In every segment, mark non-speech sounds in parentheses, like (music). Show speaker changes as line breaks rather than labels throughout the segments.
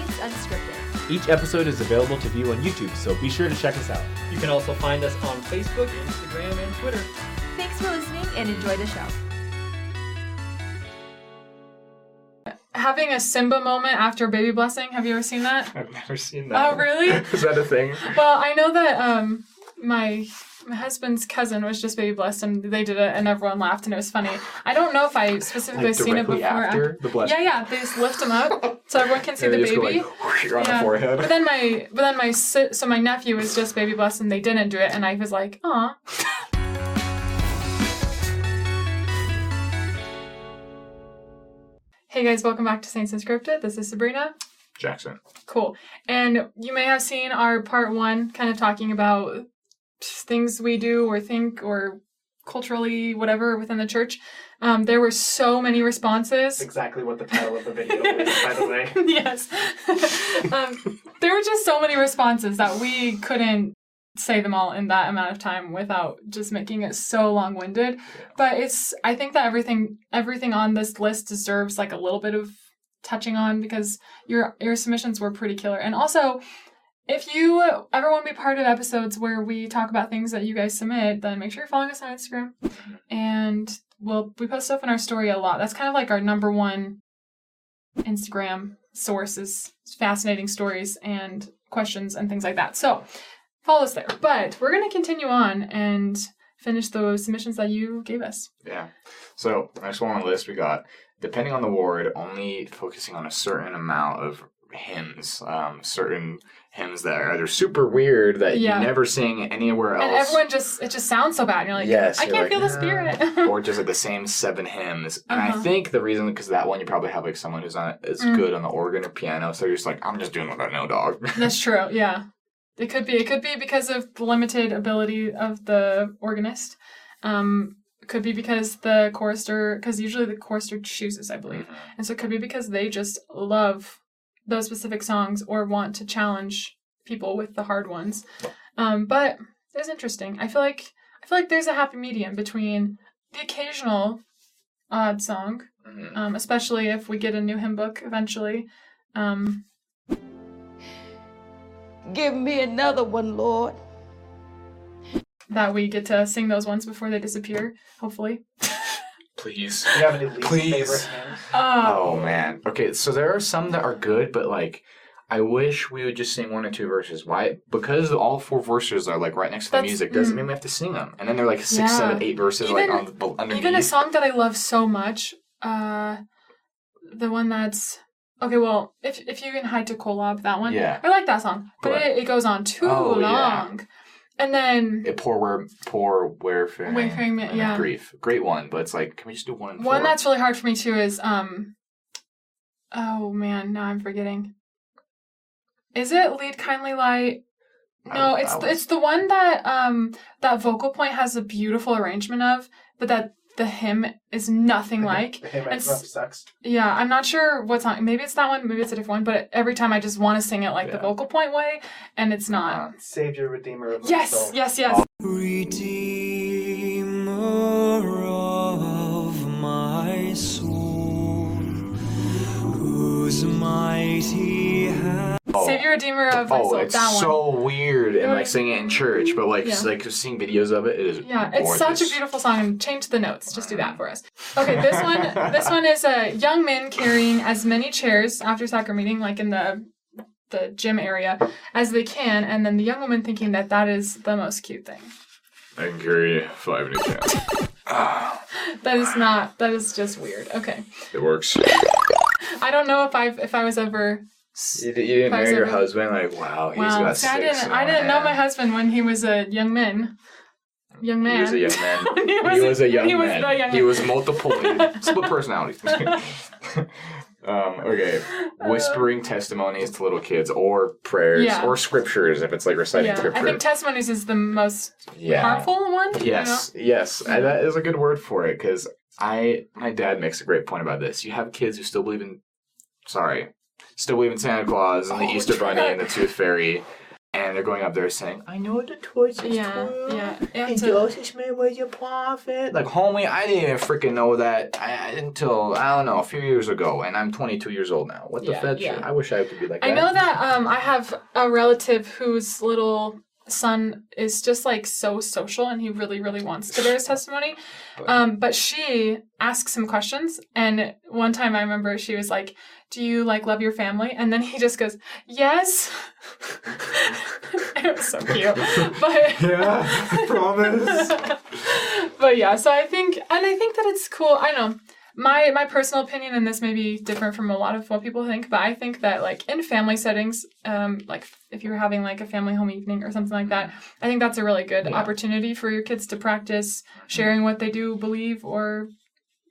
Unscripted.
Each episode is available to view on YouTube, so be sure to check us out.
You can also find us on Facebook, Instagram, and Twitter.
Thanks for listening and enjoy the show.
having a Simba moment after Baby Blessing. Have you ever seen that?
I've never seen
Oh,
(laughs)
really?
Is that a thing?
well, I know that um, my my husband's cousin was just baby blessed, and they did it, and everyone laughed, and it was funny. I don't know if I specifically
Like
seen it before.
directly after the blessing.
Yeah, yeah. They just lift him up so everyone can see
And
the
they just go
baby.
like, on
Yeah.
the forehead.
But then my but then my si- so my nephew was just baby blessed, and they didn't do it, and I was like, aw. (laughs) Hey guys, welcome back to Saints Unscripted. This is Sabrina.
Jackson.
Cool. And you may have seen our part one kind of talking about things we do or think or culturally whatever within the church. Um, there were so many responses.
Exactly what the title of the video is, by the way.
(laughs) yes. um, there were just so many responses that we couldn't say them all in that amount of time without just making it so long-winded. But it's I think that everything everything on this list deserves like a little bit of touching on because your your submissions were pretty killer. And also if you ever want to be part of episodes where we talk about things that you guys submit, then make sure you're following us on Instagram. And well, we post stuff in our story a lot. That's kind of like our number one Instagram source is fascinating stories and questions and things like that. So follow us there. But we're going to continue on and finish the submissions that you gave us.
Yeah. So next one on the list we got, depending on the ward, only focusing on a certain amount of hymns, um, certain hymns that are either super weird that
Yeah.
you never sing anywhere else,
And everyone (laughs) just, it just sounds so bad. And you're like,
Yes,
I
you're
can't
like,
feel the
"Nah."
spirit. (laughs)
or just like the same seven hymns. And
Uh-huh.
I think the reason because that one you probably have like someone who's not as
Mm.
good on the organ or piano, so you're just like, I'm just doing what I know, dog. (laughs)
That's true. Yeah, it could be. It could be because of the limited ability of the organist. Um, it could be because the chorister, because usually the chorister chooses, I believe, and so it could be because they just love those specific songs or want to challenge people with the hard ones. Um, but it's interesting. I feel like I feel like there's a happy medium between the occasional odd song
Mhm.
um, especially if we get a new hymn book eventually. Um,
Give me another one, Lord.
that we get to sing those ones before they disappear, hopefully.
Please.
Do you have any least
Please.
favorite hymn?
Uh,
Oh man. Okay, so there are some that are good, but like I wish we would just sing one or two verses. Why? Because all four verses are like right next to the
That's-
music doesn't
mm.
mean we have to sing them. And then they're like six,
Yeah.
seven, eight verses like
Even-
on the, bel- underneath.
even a song that I love so much, uh, the one that's okay. Well, if if you can hide to Kolob, that one.
Yeah.
I like that song, but
Right.
it, it goes on too
Oh, yeah.
long, and then
It poor where poor wayfaring,
Wayfaring Man,
and
yeah.
grief. Great one, but it's like can we just do one and
one
four?
that's really hard for me too is um. Oh man, now I'm forgetting. Is it lead kindly light?
I
No,
don't-
it's
that
the,
one's-
it's the one that um that vocal point has a beautiful arrangement of, but that the hymn is nothing like.
The hymn
and s-
itself sucks.
Yeah, I'm not sure what song. Maybe it's that one. Maybe it's a different one. But every time I just want to sing it like the
Yeah.
vocal point way, and it's not.
Uh,
Savior, Redeemer of my
Yes,
soul.
yes, yes.
oh,
Redeemer of my soul, whose mighty hand.
oh.
Savior, Redeemer of my
Oh,
soul.
it's
that one.
so weird and like singing it in church, but like
Yeah.
like seeing videos of it, it is
Yeah, it's such a
gorgeous.
beautiful song. And change the notes. Just do that for
(laughs)
us. Okay, this one. this one is a young man carrying as many chairs after soccer meeting, like in the the gym area, as they can, and then the young woman thinking that that is the most cute thing.
I can carry five in a can.
That is not. That is just weird. Okay,
It works.
I don't know if I if I was ever. s-
You, d- you didn't
Five
marry your
seven.
husband? Like, wow, he's
Wow,
got
see,
six.
I didn't.
in
I
one
didn't know my
hand.
husband when he was a young man. Young man.
He was a young man.
(laughs) When he
he was a young
he was
man.
the young
he
man.
was
(laughs)
multiple, split personalities. (laughs) um, okay, whispering testimonies to little kids, or prayers,
Uh, Yeah.
or scriptures if it's like reciting
yeah,
scripture.
I think testimonies is the most
yeah.
harmful one. you know?
Yes, yes, and that is a good word for it because I, my dad makes a great point about this. You have kids who still believe in, sorry, still believe in Santa Claus and the
Oh,
Easter Bunny
yeah.
and the Tooth Fairy, and they're going up there saying, "I know the torch is
Yeah,
true,
yeah. You have
and
to-
Joseph Smith was a prophet." Like, homie, I didn't even freaking know that I, I- until I don't know a few years ago, and I'm 22 years old now. What the
Yeah,
fetch?
yeah.
I wish I could be like
I
that.
know that um, I have a relative whose little son is just like so social and he really, really wants to bear his testimony. Um, but she asks him questions. And one time I remember she was like, Do you like love your family? And then he just goes, Yes. (laughs) it was so cute. But
(laughs) Yeah,
(laughs)
I promise.
but yeah, so I think, and I think that it's cool. I don't know my my personal opinion, and this may be different from a lot of what people think, but I think that like in family settings, um, like if you're having like a family home evening or something like that, I think that's a really good opportunity for your kids to practice sharing what they do believe or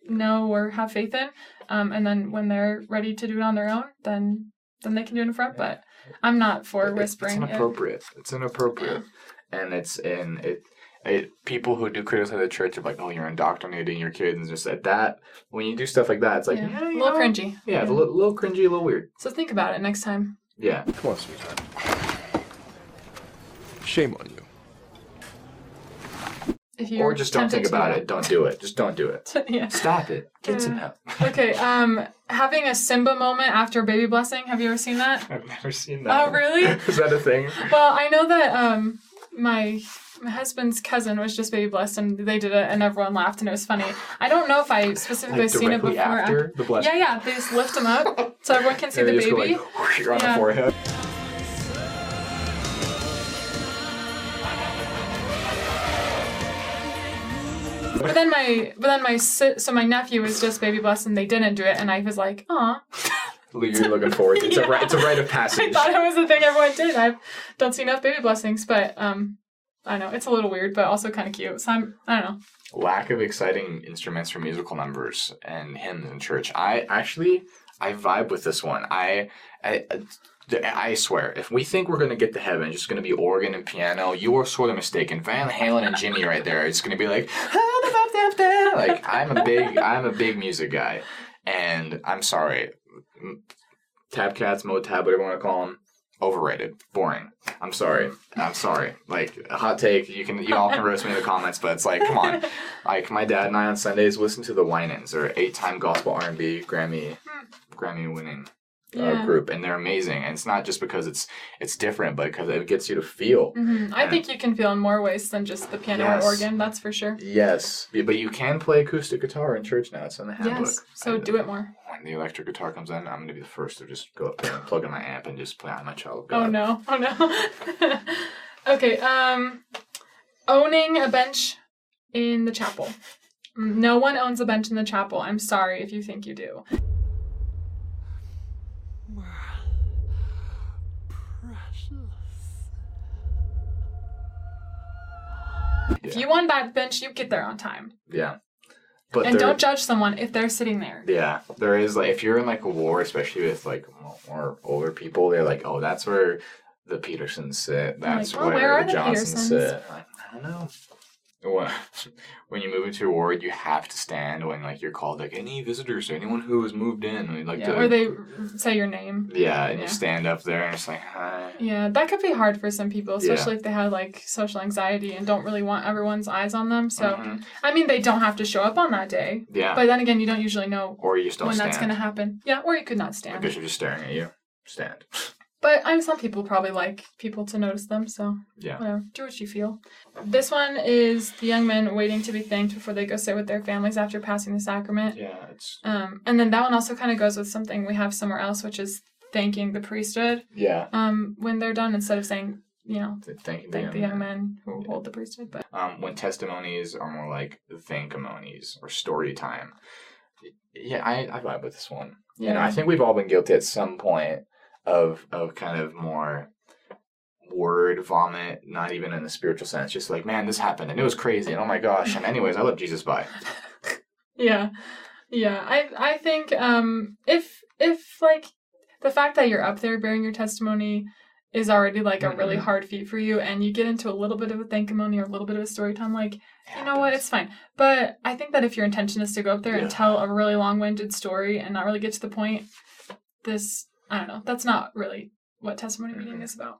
know or have faith in, um, and then when they're ready to do it on their own, then then they can do it in front. But I'm not for
It-
whispering. uh,
It's
it.
inappropriate. It's inappropriate, and it's and it. It, people who do criticize the church are like, oh, you're indoctrinating your kids, and just that. That when you do stuff like that, it's like,
Yeah.
yeah,
A
you
little
know,
cringy.
Yeah, it's a little, little cringy, a little weird.
So think about it next time.
Yeah.
Come on, sweetheart.
Shame on you.
If you're
Or just don't
tempted
think
to
about
do
it. Don't do it. Just don't do it.
that. (laughs) yeah.
Stop it. Get some help.
Okay, um, having a Simba moment after baby blessing. Have you ever seen that?
(laughs) I've never seen that.
Oh, really?
(laughs) Is that a thing?
(laughs) Well, I know that um, my my husband's cousin was just baby blessed, and they did it, and everyone laughed, and it was funny. I don't know if I specifically
Like
seen it
directly
before.
after the blessing.
Yeah, yeah. They just lift him up so everyone
(laughs)
can see the
They just go
baby.
like, whoosh, on
Yeah.
the
(laughs)
forehead.
But then my but then my si- so my nephew was just baby blessed, and they didn't do it, and I was like, aw.
You're looking forward. It's a ri- it's a rite
(laughs)
of
I
passage.
thought it was a thing everyone did. I don't see enough baby blessings, but um, I know it's a little weird, but also kind of cute. So I'm, I don't know.
lack of exciting instruments for musical numbers and hymns in church. I actually I vibe with this one. I I, I swear, if we think we're gonna get to heaven, it's just gonna be organ and piano. You are sort of mistaken. Van Halen and Jimmy right there. It's gonna be like like I'm a big I'm a big music guy, and I'm sorry, Tab Cats, Motab, whatever you want to call them. Overrated, boring. I'm sorry. I'm sorry. Like hot take. You can you all can roast me in the comments, but it's like,
(laughs)
come on. Like my dad and I on Sundays listen to the Winans. They're eight time gospel R and B Grammy Grammy winning uh,
Yeah.
group, and they're amazing. And it's not just because it's it's different, but because it gets you to feel.
Mhm. I
And-
think you can feel in more ways than just the piano
Yes.
or organ, that's for sure.
Yes, but you can play acoustic guitar in church now. It's in the handbook.
Yes. So do it more.
When the electric guitar comes in, I'm gonna be the first to just go up there and plug in my amp and just play on my child. of
Oh
God.
no. Oh no. (laughs) okay. Um, owning a bench in the chapel. No one owns a bench in the chapel. I'm sorry if you think you do. If you want that bench, you get there on time.
Yeah. But
and
there-
don't judge someone if they're sitting there.
Yeah, there is like if you're in like a war, especially with like more- more older people, they're like, oh, that's where the Petersons sit. That's
well,
where,
where are
the
the
Johnsons
Petersons?
sit. Like, I don't know. Well, (laughs) When you move into a ward, you have to stand when like you're called like any visitors or anyone who has moved in. We'd like
Yeah,
to.
Or they say your name.
yeah, and
Yeah.
you stand up there and it's like, hi.
Yeah, that could be hard for some people,
Yeah.
especially if they have like social anxiety and don't really want everyone's eyes on them. So,
Mhm.
I mean, they don't have to show up on that day.
Yeah.
But then again, you don't usually know
or you just don't
when
stand.
that's going to happen. Yeah, or you could not
I
stand.
guess you're just staring at you. Stand.
But I mean, some people probably like people to notice them, so
Yeah.
whatever. Do what you feel. This one is the young men waiting to be thanked before they go sit with their families after passing the sacrament.
Yeah, it's
Um, and then that one also kind of goes with something we have somewhere else, which is thanking the priesthood
yeah.
um, when they're done instead of saying, you know,
Thank you.
thank the young men who
Yeah.
hold the priesthood. But
um, when testimonies are more like thankamonies or story time. Yeah, I, I vibe with this one. Yeah. You know,
Yeah.
I think we've all been guilty at some point of of kind of more word vomit, not even in the spiritual sense, just like, man, this happened and it was crazy and oh my gosh. And anyways, I love
(laughs)
Jesus by.
yeah, yeah, I I think um, if if like the fact that you're up there bearing your testimony is already like a really
Mhm.
hard feat for you, and you get into a little bit of a thankamony or a little bit of a story time, like you know what, it's fine. But I think that if your intention is to go up there
Yeah.
and tell a really long-winded story and not really get to
Mm-hmm.
the point, this I don't know, that's not really what testimony reading is about.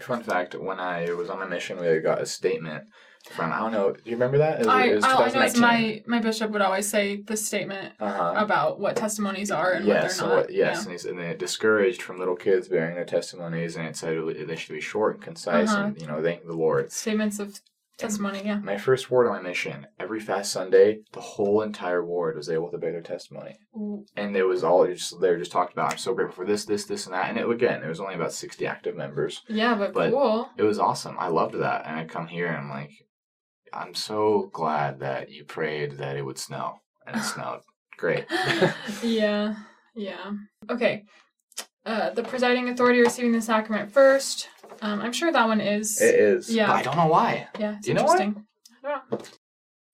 Fun fact: When I was on my mission, we got a statement from I don't know. Do you remember that? It was,
I,
it was
all I know is
2019.
my, my bishop would always say the statement
Uh-huh.
about what testimonies are and
Yes,
what
and
they're not.
what- yes, and, he's, and they discouraged from little kids bearing their testimonies, and it said they should be short and concise,
Uh-huh.
and you know, thank the Lord.
yeah. Statements of testimony, yeah.
My first ward on my mission, every fast Sunday, the whole entire ward was able to bear their testimony. And it was all just they were just talked about. I'm so grateful for this, this, this, and that. And it again, there was only about sixty active members.
Yeah, but,
But-
cool.
(laughs)
(laughs)
It was awesome. I loved that. And I come here and I'm like, I'm so glad that you prayed that it would snow.
(laughs)
And it snowed. Great.
yeah, yeah. Okay. Uh, the presiding authority receiving the sacrament first. Um, I'm sure that one is.
It is.
Yeah.
But I don't know why.
yeah, it's
Eh, You know what?
interesting. I don't know.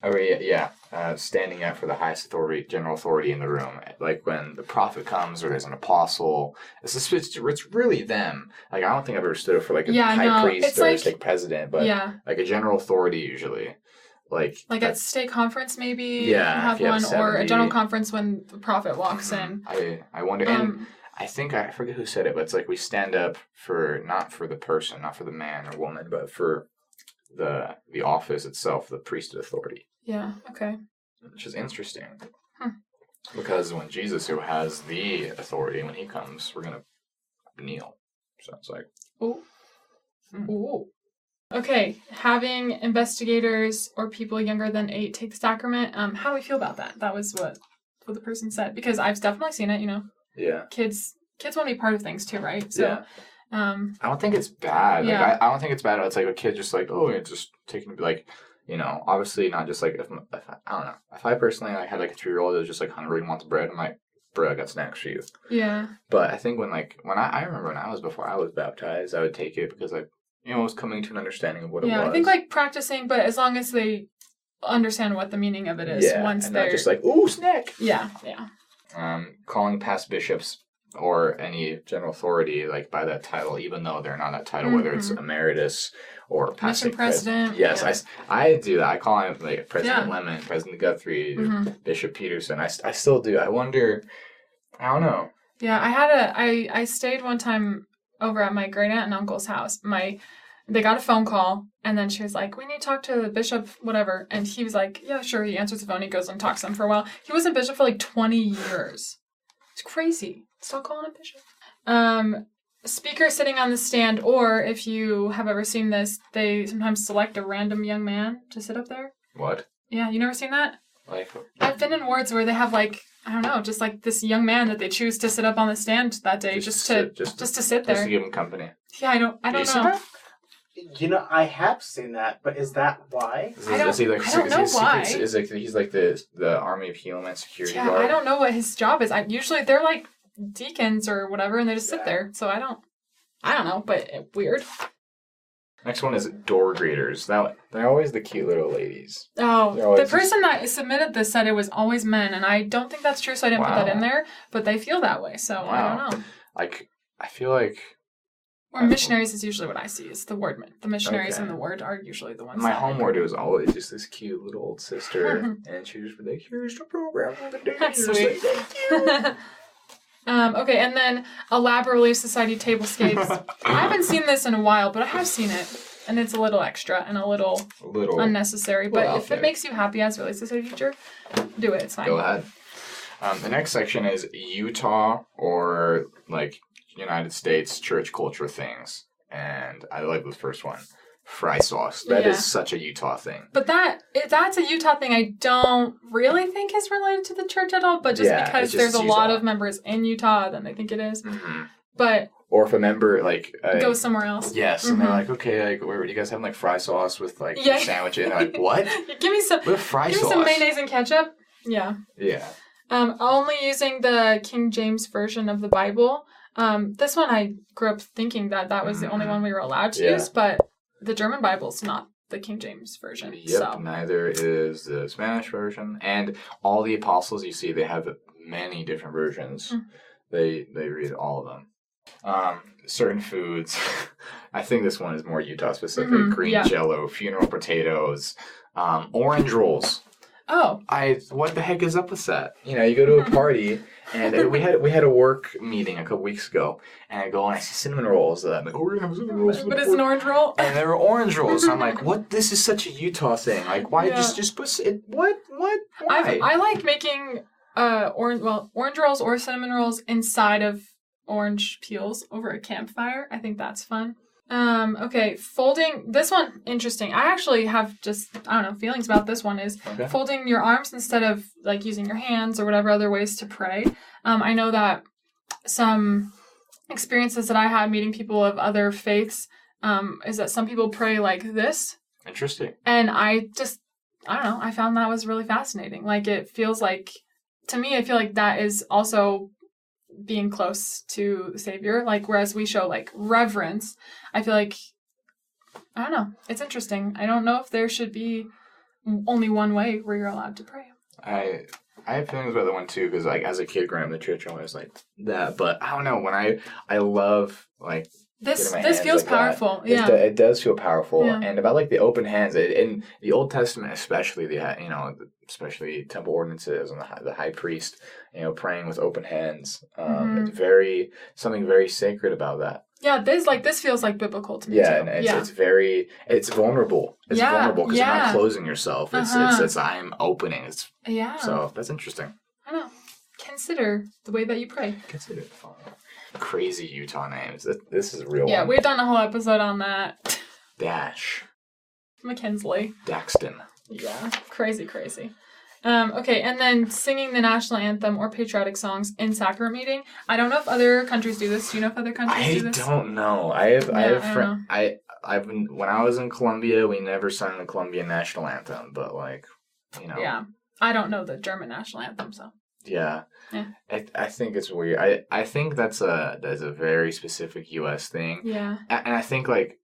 Oh yeah, yeah. Uh, standing up for the highest authority, general authority in the room. Like when the prophet comes or there's an apostle, it's just, it's, it's really them. Like I don't think I've ever stood up for like a
Yeah, I
high
know.
priest
It's
or a
like-
state president, but
yeah,
like a general authority usually. Like
like at state conference maybe you
Yeah, if
have
you have
one, or a general
70.
conference when the prophet walks in.
I mm-hmm. I wonder, and
Um,
I think I forget who said it, but it's like we stand up for not for the person, not for the man or woman, but for the the office itself, the priesthood authority.
yeah. Okay.
which is interesting.
Hmm.
Because when Jesus, who has the authority, when he comes, we're gonna kneel. So it's like
Ooh.
Hmm.
Ooh. Okay, having investigators or people younger than eight take the sacrament. Um, how do we feel about that? That was what what the person said because I've definitely seen it. You know,
yeah,
kids kids want to be part of things too, right? So,
yeah.
um,
I don't think it's bad. Like,
Yeah.
I, I don't think it's bad. It's like a kid just like oh, it's just taking like you know, obviously not just like if, m- if I, I don't know if I personally like had like a three year old that was just like hungry and wants bread, I'm like, bro, I got snacks for you.
yeah,
But I think when like when I, I remember when I was before I was baptized, I would take it because I you know I was coming to an understanding of what it
yeah.
was.
I think like practicing, but as long as they understand what the meaning of it is,
yeah,
once
and not
they're
just like ooh snack.
yeah, yeah,
um, calling past bishops or any general authority like by that title, even though they're not that title, whether it's emeritus or past
Mission Mm-hmm. president,
yes,
yeah.
I s- I, do that. I call him like President
Yeah.
Lemon, President Guthrie,
Mhm.
Bishop Peterson. I, s- I still do. I wonder. I don't know.
yeah. I had a I I stayed one time over at my great aunt and uncle's house. My they got a phone call and then she was like, "We need to talk to the bishop, whatever." And he was like, "Yeah, sure." He answers the phone. He goes and talks to him for a while. He wasn't bishop for like twenty years. It's crazy. Stop calling him bishop. Um, speaker sitting on the stand, or if you have ever seen this, they sometimes select a random young man to sit up there.
What
Yeah, you never seen that?
like
I've been in wards where they have like I don't know, just like this young man that they choose to sit up on the stand that day, just, to just, to sit there.
just to give him company.
yeah, I don't I don't
Is
know.
that-
You know, I have seen that, but is that why?
Is,
I don't-
is he like
I don't
is
know
he secret-
why.
Is like he's like the the army of Helaman security
Yeah,
guard.
I don't know what his job is. I usually they're like deacons or whatever, and they just sit
Yeah.
there. So I don't I don't know, but it- weird.
Next one is door greeters. That they're always the cute little ladies. They're
Oh, the
always just-
person that submitted this said it was always men, and I don't think that's true, so I didn't
Wow.
put that in there. But they feel that way, so
Wow.
I don't know.
like I feel like
Or
I-
missionaries is usually what I see. Is the wardmen, the missionaries
Okay.
in the ward are usually the ones.
my
that-
homework was always just this cute little old sister,
(laughs)
and she was like, "Here's the program for the day." And
That's
I was like,
sweet. (laughs) um, okay, and then Elaborate Relief Society
(laughs)
tablescapes. I haven't seen this in a while, but I have seen it. And it's a little extra and a little
little.
Oh, unnecessary. But
Well,
if
okay.
it makes you happy as a Relief Society teacher, do it. It's fine.
Go ahead. Um, the next section is Utah or like United States church culture things, and I like the first one, fry sauce. That is
Yeah.
such a Utah thing.
But that it, that's a Utah thing I don't really think is related to the church at all, but just
Yeah,
because
it's
there's
just
a lot
Utah.
of members in Utah, then I think it is.
Mhm.
But
Or if a member like uh,
go somewhere else.
yes, and they're
Mhm.
like, okay, like where you guys having like fry sauce with like
Yeah.
sandwich, and they're like, what?
(laughs) Give me some
With fry
give me
sauce?
some mayonnaise and ketchup. Yeah.
Yeah.
Um, only using the King James version of the Bible. Um, this one I grew up thinking that that was the only one we were allowed to
Mm-hmm. Yeah.
use, but the German Bible's not the King James version.
Yep,
So
neither is the Spanish version. And all the apostles you see, they have many different versions.
Mm.
They they read all of them. Um, certain foods. (laughs) I think this one is more Utah specific.
Mhm,
Green
yeah.
jello, funeral potatoes, um, orange rolls.
Oh,
I what the heck is up with that? You know, you go
Mm-hmm.
to a party and uh, we had we had a work meeting a couple weeks ago, and I go and I see cinnamon rolls. And I'm like, oh, we're gonna have cinnamon rolls. for the
but it's an
party."
orange roll.
And Oh, there were orange rolls. I'm like, what? This is such a Utah thing. Like, why
Yeah.
just just put s- it? What what? Why?
I I like making uh orange well orange rolls or cinnamon rolls inside of orange peels over a campfire. I think that's fun. Um okay, folding this one interesting. I actually have just I don't know feelings about this one is
Okay.
folding your arms instead of like using your hands or whatever other ways to pray. Um I know that some experiences that I had meeting people of other faiths um is that some people pray like this
Interesting.
and I just I don't know, I found that was really fascinating. Like it feels like to me I feel like that is also being close to the savior like whereas we show like reverence, I feel like I don't know. It's interesting. I don't know if there should be only one way where you're allowed to pray.
I I have feelings about that one too because like as a kid growing up in the church, I was like that. But I don't know when I I love like
This
getting my
this
hands
feels
like that.
powerful.
It
Yeah.
do- It, does feel powerful,
Yeah.
and about like the open hands it, in the Old Testament, especially the ha- you know especially temple ordinances and the high, the high priest, you know, praying with open hands. Um,
Mhm.
It's very something very sacred about that.
Yeah, this like this feels like biblical to me
Yeah, and
too.
it's,
yeah.
it's very it's vulnerable. It's
Yeah,
vulnerable because you're
yeah.
not closing yourself. It's it's,
Uh-huh.
it's I'm opening. It's
yeah.
so that's interesting.
I don't know. Consider the way that you pray.
Consider it fun. Crazy Utah names. Th- This is a real
Yeah,
one.
we've done a whole episode on that. (laughs)
Dash,
McKinsley.
Daxton.
Yeah, crazy, crazy. Um, okay, and then singing the national anthem or patriotic songs in sacrament meeting. I don't know if other countries do this. Do you know if other countries
I
do this?
don't know. I have I
Yeah,
have
I
fri
don't know.
I I've been, when I was in Colombia, we never sang the Colombian national anthem, but like, you know,
Yeah, I don't know the German national anthem. So
yeah.
Yeah.
I, I think it's weird. I, I think that's a that's a very specific U.S. thing.
yeah,
A- and I think like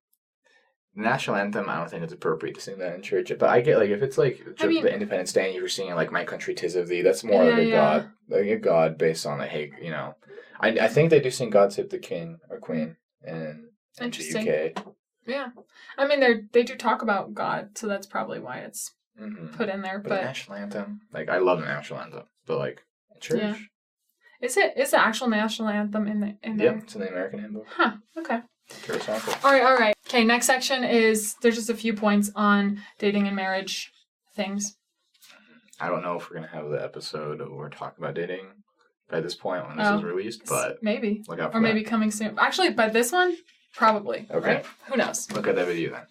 the national anthem. I don't think it's appropriate to sing that in church. But I get like if it's like ju-
mean-
the Independence Day and you were singing like "My Country Tis of Thee," that's more like
Yeah,
a
yeah.
God, like a God based on the hey, you know. I I think they do sing "God Save the King" or "Queen" in, in
Interesting.
the UK.
yeah. I mean, they they do talk about God, so that's probably why it's
hmm But,
put in there.
the
But
national anthem, like I love the national anthem, but like in church,
Yeah. is it is the actual national anthem in the in
yep,
there?
it's in the American hymnbook.
Huh. Okay.
Church anthem.
All right, all right. Okay, next section is there's just a few points on dating and marriage things.
I don't know if we're gonna have the episode where we're talking about dating by this point when this
Oh.
is released, but
maybe
look out for
or
that.
maybe coming soon. Actually, by this one, probably.
Okay.
right? Who knows?
Look at that video then.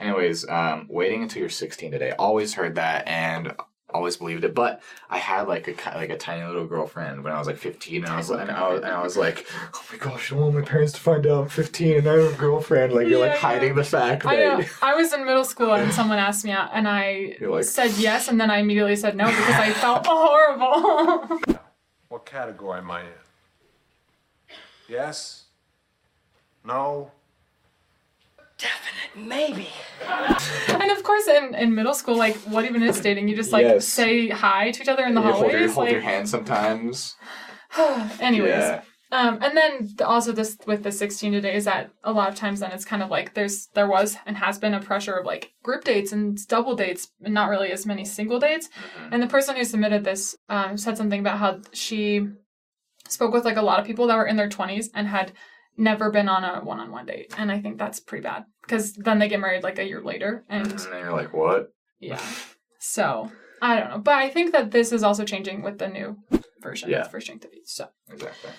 Anyways, um, waiting until you're 16 today. Always heard that and always believed it. But I had like a ki- like a tiny little girlfriend when I was like 15, and I was and I was, and I was like, oh my gosh, I don't want my parents to find out I'm 15 and I have a girlfriend. Like you're
Yeah,
like
yeah.
hiding the fact
I know.
that.
I was in middle school and someone asked me out, and I
You're like-
said yes, and then I immediately said no because I
(laughs)
felt horrible.
What category am I in? Yes? No?
Maybe.
and of course, in, in middle school, like what even is dating? You just like
Yes.
say hi to each other in the
You hold your,
hallways.
hold
like,
your hand sometimes.
(sighs) anyways.
Yeah.
Um, and then th- also this with the 16 today is that a lot of times then it's kind of like there's there was and has been a pressure of like group dates and double dates and not really as many single dates. And the person who submitted this um, said something about how she spoke with like a lot of people that were in their 20s and had never been on a one-on-one date. And I think that's pretty bad because then they get married like a year later and
And then you're like, what?
yeah. So I don't know, but I think that this is also changing with the new version
Yeah.
of First Strength of Youth. So.
Exactly.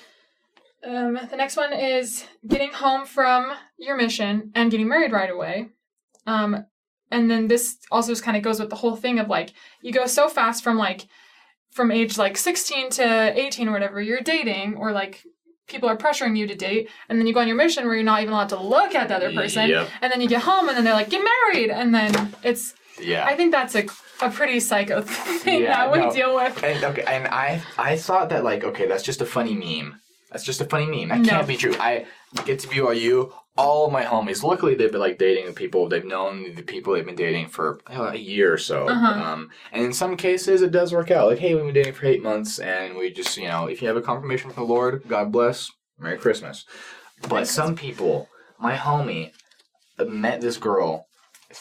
Um, the next one is getting home from your mission and getting married right away. Um, and then this also just kind of goes with the whole thing of like you go so fast from like from age like 16 to 18 or whatever you're dating or like people are pressuring you to date and then you go on your mission where you're not even allowed to look at the other person
Yep.
and then you get home and then they're like get married and then it's
Yeah.
i think that's a, a pretty psycho (laughs) thing
Yeah,
that we
no.
deal with
And okay, and I I thought that like okay, that's just a funny meme. That's just a funny meme. That
No.
can't be true. I get to BYU. All of my homies. Luckily, they've been like dating the people. They've known the people they've been dating for uh, a year or so.
Uh-huh.
Um, and in some cases, it does work out. Like, hey, we've been dating for eight months, and we just, you know, if you have a confirmation from the Lord, God bless. Merry Christmas. But some people, my homie, uh, met this girl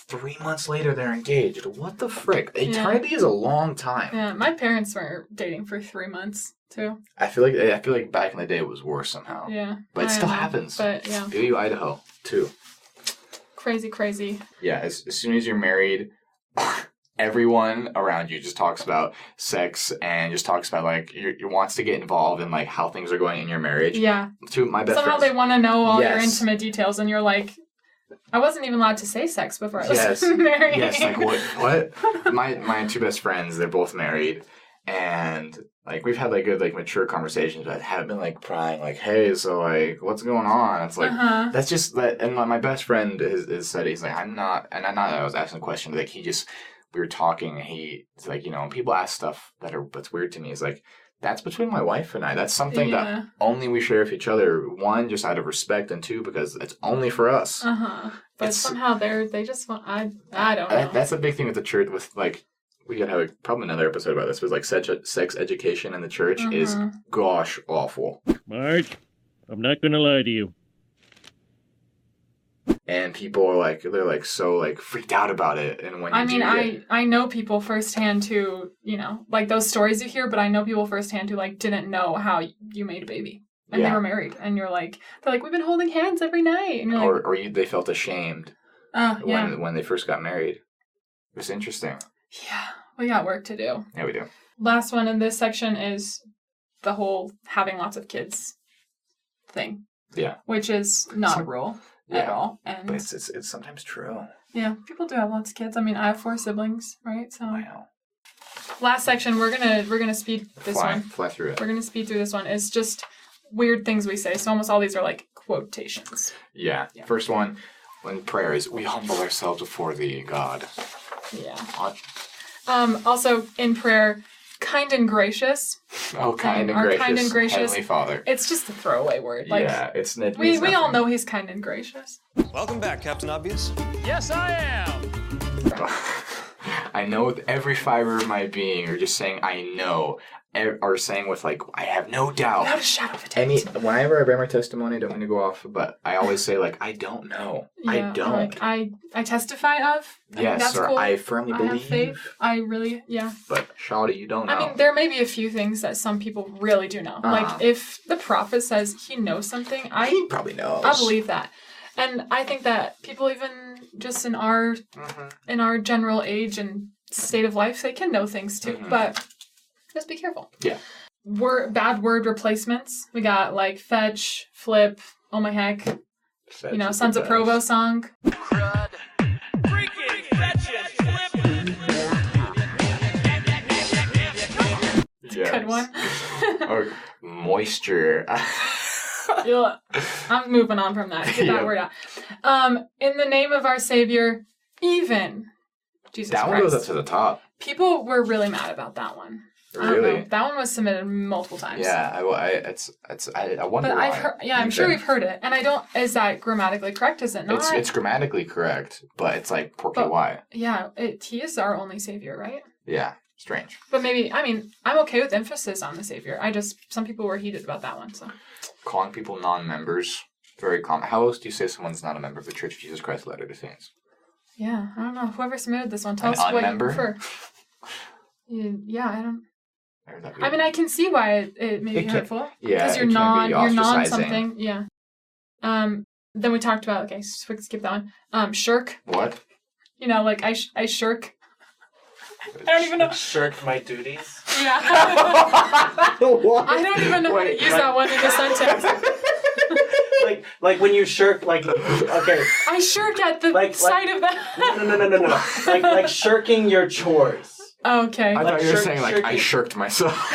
Three months later, they're engaged. What the frick?
Yeah.
Eternity is a long time.
Yeah, my parents were dating for three months too.
I feel like I feel like back in the day it was worse somehow.
Yeah,
But it
I
still
know,
happens.
But yeah,
BYU, Idaho, too.
crazy, crazy.
Yeah, as, as soon as you're married, (laughs) everyone around you just talks about sex and just talks about like you you wants to get involved in like how things are going in your marriage.
Yeah,
Two of my best
somehow they
friends.
want to know all your
Yes.
intimate details, and you're like, I wasn't even allowed to say sex before I was
Yes.
(laughs) married.
yes, like
(laughs)
what? What? my my two best friends, they're both married, and like we've had like good like mature conversations, but I haven't been like prying like, hey, so like what's going on? It's like.
uh-huh.
That's just that, and my, my best friend has, has said he's like I'm not, and I'm not. that I was asking a question, but like he just we were talking, and he it's like you know when people ask stuff that are that's weird to me. He's like that's between my wife and I. That's something
Yeah.
that only we share with each other. One, just out of respect, and two, because it's only for us.
Uh huh. But
It's-
somehow they're they just want I I don't know.
I, that's a big thing with the church. With like we gotta have a, probably another episode about this. But like sex sex education in the church is
Mhm.
gosh awful.
Marge, I'm not gonna lie to you.
And people are like they're like so like freaked out about it. And when you
I mean,
do
I
get-
I know people firsthand who you know like those stories you hear, but I know people firsthand who like didn't know how you made a baby and
Yeah.
they were married, and you're like they're like we've been holding hands every night, and you're like
or or you, they felt ashamed.
oh yeah
when when they first got married. It's interesting.
yeah we got work to do.
Yeah, we do.
Last one in this section is the whole having lots of kids thing.
Yeah.
which is not a
Some-
rule at
yeah.
all, and
But it's it's, it's sometimes true.
yeah, people do have lots of kids. I mean, I have four siblings, right? So
Wow.
last section we're gonna we're gonna speed this
fly,
one.
fly through it.
We're gonna speed through this one. It's just weird things we say. So almost all these are like quotations.
Yeah. First one, when prayer is, we humble ourselves before thee, God.
Yeah.
On-
Um. Also in prayer, kind and gracious.
Oh, kind and
Our
gracious,
kind and gracious-
heavenly Father.
It's just a throwaway word. Like
yeah, it's it
we
means
we all
nothing.
know he's kind and gracious.
Welcome back, Captain Obvious.
Yes, I am!
(laughs) I know with every fiber of my being, or just saying I know, e- or saying with like I have no doubt.
Without a shadow of a doubt.
Oh, any whenever I bring my testimony, I don't mean to go off, but I always say like I don't know.
Yeah,
I
or,
don't.
Like, I I testify of. I think
yes,
that's
or
cool.
I firmly
I
believe.
have faith. I really yeah.
But Shawty, you don't know.
I mean, there may be a few things that some people really do know.
Uh-huh.
Like if the prophet says he knows something, I
he probably knows.
I believe that, and I think that people, even just in our
Mm-hmm.
in our general age and state of life, they can know things too.
Mhm.
But just be careful.
Yeah.
Word bad word replacements. We got like fetch, flip. Oh my heck!
Said
you know,
she's
Sons
the
of
best.
Provo song.
Yes.
Good one. (laughs)
(laughs) or moisture. (laughs)
Ugh. I'm moving on from that. Get that
(laughs) Yeah.
word out. Um, in the name of our Savior, even Jesus
that one
Christ.
goes up to the top.
People were really mad about that one. I don't know.
Really?
That one was submitted multiple times.
Yeah. I, I it's it's I, I wonder
But
why.
I've heard, yeah, I'm sure
Even.
we've heard it. And I don't, is that grammatically correct? Is it not?
It's it's grammatically correct, but it's like porky
But-
why.
yeah, it, he is our only savior, right?
Yeah. Strange.
But maybe, I mean, I'm okay with emphasis on the savior. I just, some people were heated about that one. So
Calling people non-members. Very common. How else do you say someone's not a member of the Church of Jesus Christ Latter Day Saints?
yeah, I don't know. Whoever submitted this one, tell
An
us what you
unmember?
prefer. You- yeah, I don't,
Or that
I mean, I can see why it, it may be
It can-
hurtful.
yeah,
Because you're
it
non,
can be
you're non
ostracizing.
something. Yeah. Um, then we talked about, okay, s- we can skip that one. Um, shirk,
what?
you know, like I, sh- I shirk I don't even know.
Shirk my duties.
Yeah.
(laughs)
I don't even know how to
Wait,
use
what?
that one in a sentence.
like, like when you shirk, like, okay,
I shirk at the
Like- like-
sight of that.
no, no, no, no, no, like, like shirking your chores.
(laughs) okay.
I thought you were
shirk-
saying like I
shirking.
(laughs)
shirked myself.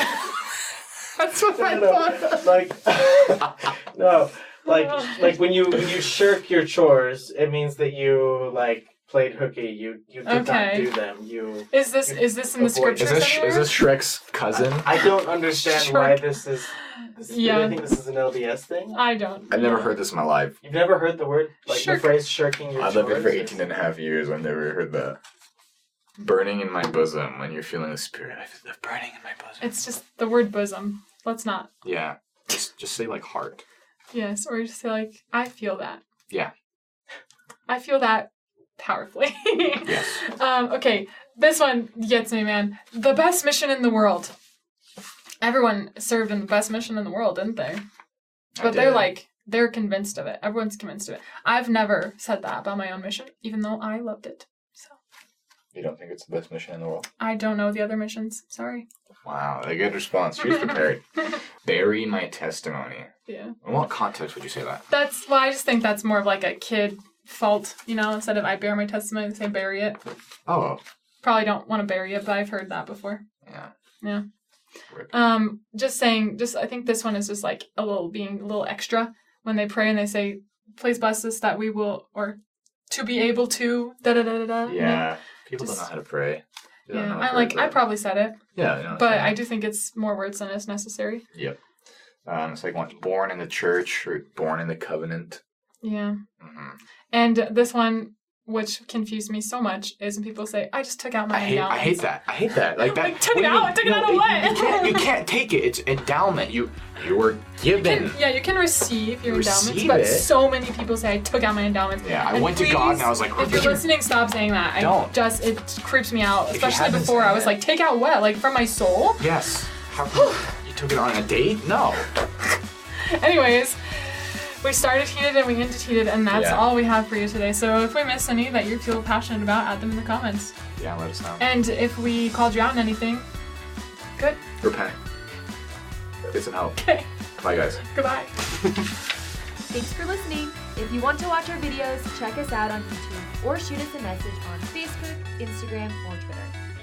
That's what I
No, no, like, (laughs) no, like, like when you when you shirk your chores, it means that you like played hooky. You you did
Okay.
not do them. You.
Is this is this in the
Avoid-
scriptures
(laughs) Is this
anywhere?
is this Shrek's cousin?
I don't understand why
Shirk.
this is. This,
Yeah.
yeah. I think this is an LDS thing.
I don't.
I've never heard this in my life.
You've never heard the word like
Shirk.
the phrase shirking your
I
chores.
lived it for 18 and a half years. I've never heard that. Burning in my bosom when you're feeling the spirit. I feel the burning in my bosom.
It's just the word bosom. Let's not.
Yeah. Just, just say like heart.
Yes, or just say like I feel that.
Yeah.
I feel that powerfully. (laughs)
Yes.
Um, okay, this one gets me, man. The best mission in the world. Everyone served in the best mission in the world, didn't they?
I
But they're
did.
like, they're convinced of it. Everyone's convinced of it. I've never said that about my own mission, even though I loved it. So
You don't think it's the best mission in the world?
I don't know the other missions. Sorry.
Wow, a good response. She's
(laughs)
prepared. Bury my testimony.
Yeah.
In what context would you say that?
That's why I just think that's more of like a kid fault, you know, instead of I bear my testimony, they say bury it.
Oh,
Probably don't want to bury it, but I've heard that before.
yeah.
Yeah.
Rip.
Um, just saying, just I think this one is just like a little being a little extra when they pray and they say, "Please bless us that we will or to be able to da da da da da."
Yeah. People
Um, Just-
don't know how to pray. They don't
Yeah,
know how to
I like.
pray,
I
but-
probably said it,
Yeah, you know,
but
yeah.
I do think it's more words than is necessary.
Yep. Um, it's like once born in the church or born in the covenant.
Yeah,
hmm
and this one, which confused me so much, is when people say, "I just took out my
I hate. I
endowment."
hate that. I hate that. Like that.
Like, took
what
it
do you
out,
mean?
took it out
No,
away.
You can't, you can't take it. It's endowment. You you were given.
Can- yeah, you can receive your endowments,
Receive
but
it.
so many people say I took out my endowments.
Yeah, I
And
went to God and I was like,
if you're listening, stop saying that. I
Don't.
just it creeps me out,
you
especially
haven't
before I
said
was
that-
like, take out what, like from my soul. (laughs)
Yes. How come you took it on a date? No.
Anyways, we started heated and we ended heated, and that's
Yeah.
all we have for you today. So if we missed any that you feel passionate about, add them in the comments.
Yeah, let us know.
And if we called you out on anything, good. (laughs)
Repent. Get some help.
Okay.
Bye, guys.
Goodbye.
Thanks for listening. If you want to watch our videos, check us out on YouTube or shoot us a message on Facebook, Instagram, or Twitter.